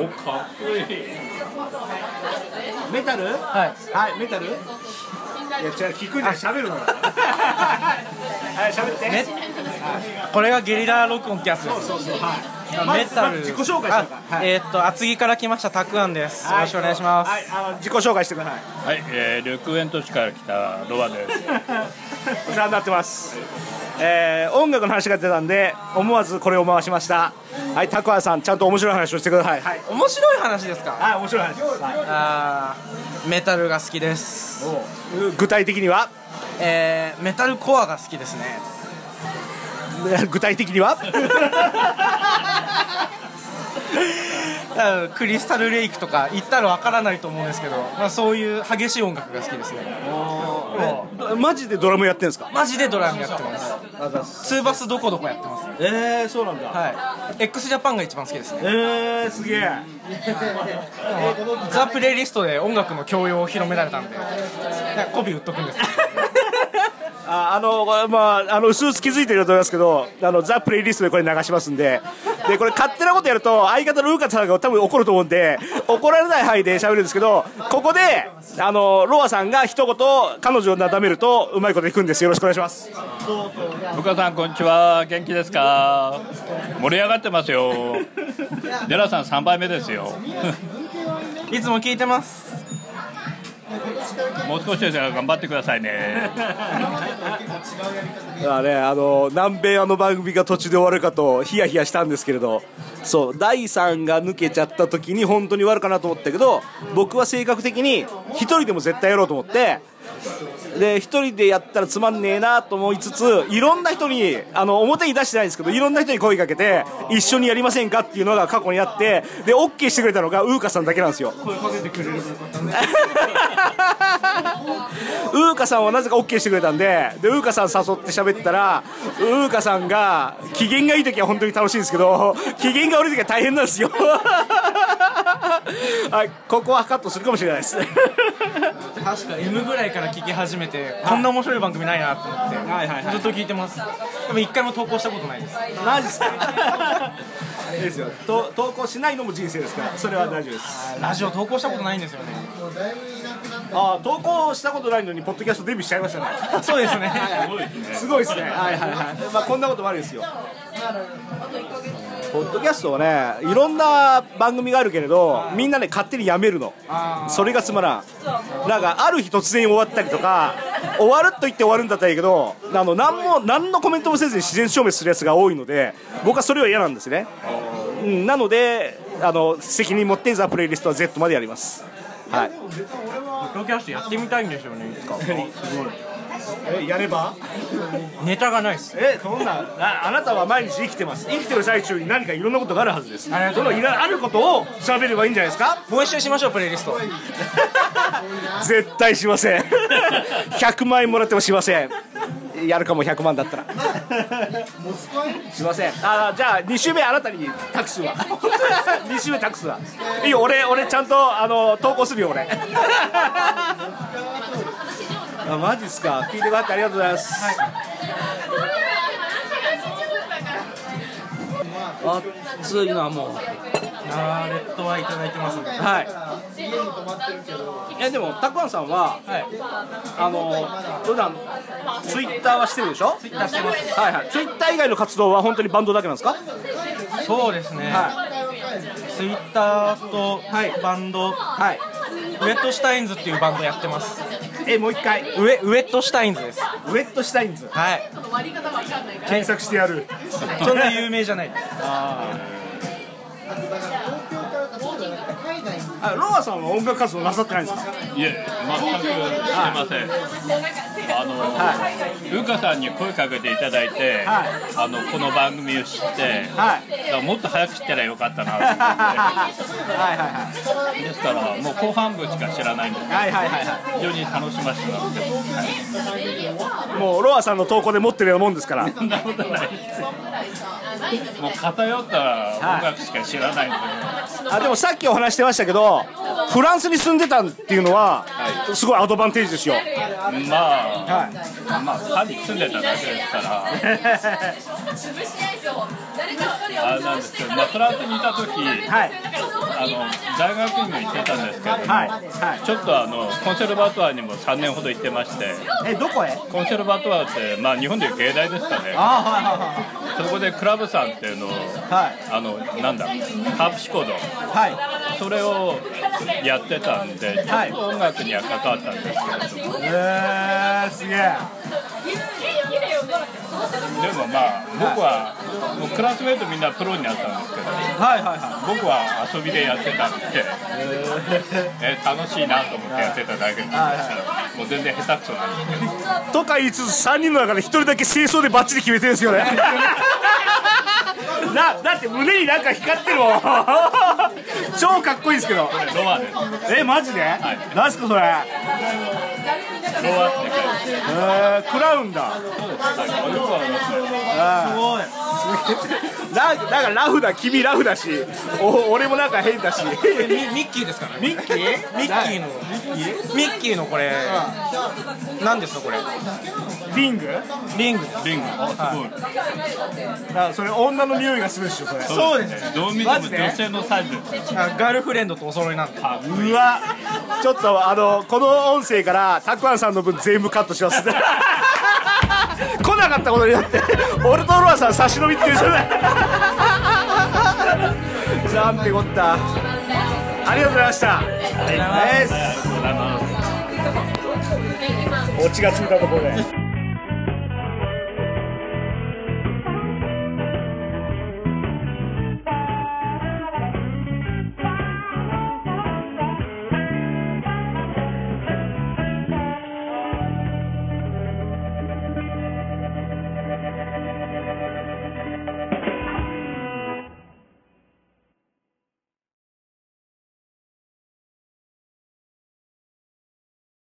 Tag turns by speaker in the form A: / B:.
A: おかっこいい
B: メタル
C: はい
B: はいメタルいや違う聞くんじゃない喋るのはい喋って
C: ねこれがゲリラ録音ってやつです
B: そうそうはい
C: メタ
B: まず
C: ル
B: 自己紹介してくだ
C: あ
B: さい
C: えーっと厚木から来ましたたくあんですよ
B: はい
C: ろしくお願いします
B: はいあの自己紹介してください
A: はい、えー、ルクエン都市から来たロバです
B: お世話になってます、えー音楽の話が出たんで思わずこれを回しましたはいタクアさんちゃんと面白い話をしてくださいはい
C: 面白い話ですか
B: 面白い話です、はい
C: あーメタルが好きです
B: う具体的には
C: えー、メタルコアが好きですね
B: 具体的には
C: あのクリスタルレイクとか言ったらわからないと思うんですけど、まあ、そういう激しい音楽が好きですねも
B: マジでドラムやってるんですか
C: うマジでドラムやってますツーバスどこどこやってます
B: ええそうなんだ
C: はい x ジャパンが一番好きですね
B: ええすげえ
C: ザ・プレイリストで音楽の教養を広められたんでコビ売っとくんですけど
B: ああのまああの薄々気づいてると思いますけどあのザ・プレイリストでこれ流しますんででこれ勝手なことやると相方のルーカさんが多分怒ると思うんで怒られない範囲で喋るんですけどここであのロアさんが一言彼女をなだめるとうまいこといくんですよろしくお願いします
A: ルカさんこんにちは元気ですか盛り上がってますよデラさん三杯目ですよ
C: いつも聞いてます
A: もう少しですが頑張ってくださいね
B: だからねあの南米あの番組が途中で終わるかとヒヤヒヤしたんですけれどそう第3が抜けちゃった時に本当に終わるかなと思ったけど僕は性格的に1人でも絶対やろうと思ってで1人でやったらつまんねえなと思いつついろんな人にあの表に出してないんですけどいろんな人に声かけて一緒にやりませんかっていうのが過去にあってで OK してくれたのがウーカさんだけなんですよ。ウーカさんはなぜか OK してくれたんででウーカさん誘って喋ったらウーカさんが機嫌がいい時は本当に楽しいんですけど機嫌が悪い時は大変なんですよ はいここはカットするかもしれないですはい
C: 確か M ぐらいから聞き始めてこんな面白い番組ないなと思って、
B: はいは
C: ずっと聞いてますでも一回も投稿したことないです
B: マジですか いいですよと投稿しないのも人生ですからそれは大丈夫です
C: ラジオ投稿したことないんですよね
B: ああ投稿したことないのにポッドキャストデビューしちゃいましたね
C: そうですね
B: すごいですね。はいはいはい。まあこんなこともあるんですよ。ポッドキャストはね、いろんな番組があるけれど、みんなね勝手にやめるの。それがつまらん。なんかある日突然終わったりとか、終わると言って終わるんだったらいいけど、あの何も何のコメントもせずに自然消滅するやつが多いので、僕はそれは嫌なんですね。うん、なので、あの責任持ってザプレイリストは Z までやります。はい。
C: ロキャストやってみたいんですよねいつか
B: えやれば？
C: ネタがないです
B: えそんなああなたは毎日生きてます生きてる最中に何かいろんなことがあるはずです
C: ありがとうござい
B: そのいらあることを喋ればいいんじゃないですか
C: もう一周しましょうプレイリスト
B: 絶対しません 100万円もらってもしませんやるかも100万だったらしませんあじゃあ2週目あなたに託す わ2週目託すわいいよ俺俺ちゃんとあの投稿するよ俺あマジっすか聞いてもらってありがとうございます、
D: 暑いなもう
C: あーレッドはいただいてますね
B: はい。えでもたくあんさんは、
C: はい
B: あの普段ツイッターはしてるでしょ？ツイッターしてます。はいはい。ツイッター以外の活動は本当にバンドだけなんですか？
C: そうですね、ツイッターとバンド、
B: はい。
C: ウェットシュタインズっていうバンドやってます
B: えもう一回
C: ウェウェットシュタインズです
B: ウェットしたいんです。
C: はい
B: 検索してやる。
C: そんな有名じゃないです
B: あロアさんは音楽活動なさってないんですか？
A: いえ全くしてませんあの、ルカさんに声かけていただいて、
B: はい
A: あのこの番組を知って、
B: はい。
A: だからもっと早く知ったらよかったなと
B: はいはいはい
A: 思ってですからもう後半部しか知らないんで
B: はいはいはいは
A: 非常に楽しませてもらって
B: い。もうロアさんの投稿で持ってるようなもんですから。
A: そんなことないですよもう偏った音楽しか知らないんで、
B: あでもさっきお話してましたけど、フランスに住んでたっていうのはすごいアドバンテージですよ。
A: まあ、まあパリ住んでただけですからあれなんですけど、まあ、フランスにいた時、
B: はい。
A: ああの大学院も行ってたんですけど、
E: はいはい
A: ちょっとあのコンセルバトワーにも3年ほど行ってまして
E: えどこへ
A: コンセルバトワーって、まあ、日本でいう芸大ですかね
E: あ
A: そこでクラブさんっていうのを
E: あはい
A: あのなんだハープシコード
E: はいはい
A: それをやってたんで、
E: はい
A: ちょっと音楽には関わったんですけれども、
E: えー、すげえ
A: でもまあ、僕は、もうクラスメートみんなプロになったんですけど、
E: はいはいは
A: 僕は遊びでやってたんで、えー楽しいなと思ってやってただけなんですけど、もう全然下手くそなんですけど、
B: とか言いつつ3人の中で1人だけ清掃でバッチリ決めてるんですよ ねなだって胸になんか光ってるもん 超かっこいいですけど
A: これロアです。
B: えマジで、
A: い
B: なんすかそれえ
A: ロアって
B: ー、クラウンだ
A: こう、よくわかりますね。
B: ラなんかラフだ君ラフだしお俺もなんか変だし
C: ミミッキーですからねミッキーミッキーのミッキーのこれ何ですかこれ
B: リング
C: リング
A: リング、あ、
B: あそれ女の匂いがするでしょそれ
A: すごい。
C: そうです
A: ね。どう見ても女性のサイズですよ。
C: あガールフレンドとお揃いなんで
A: あ
B: うわちょっとあのこの音声からたくあんさんの分全部カットします 来なかったことになって俺とロアさん差し伸びってるじゃないなんてこったありがとうございました
A: ありがとうございます。
B: オチがついたところで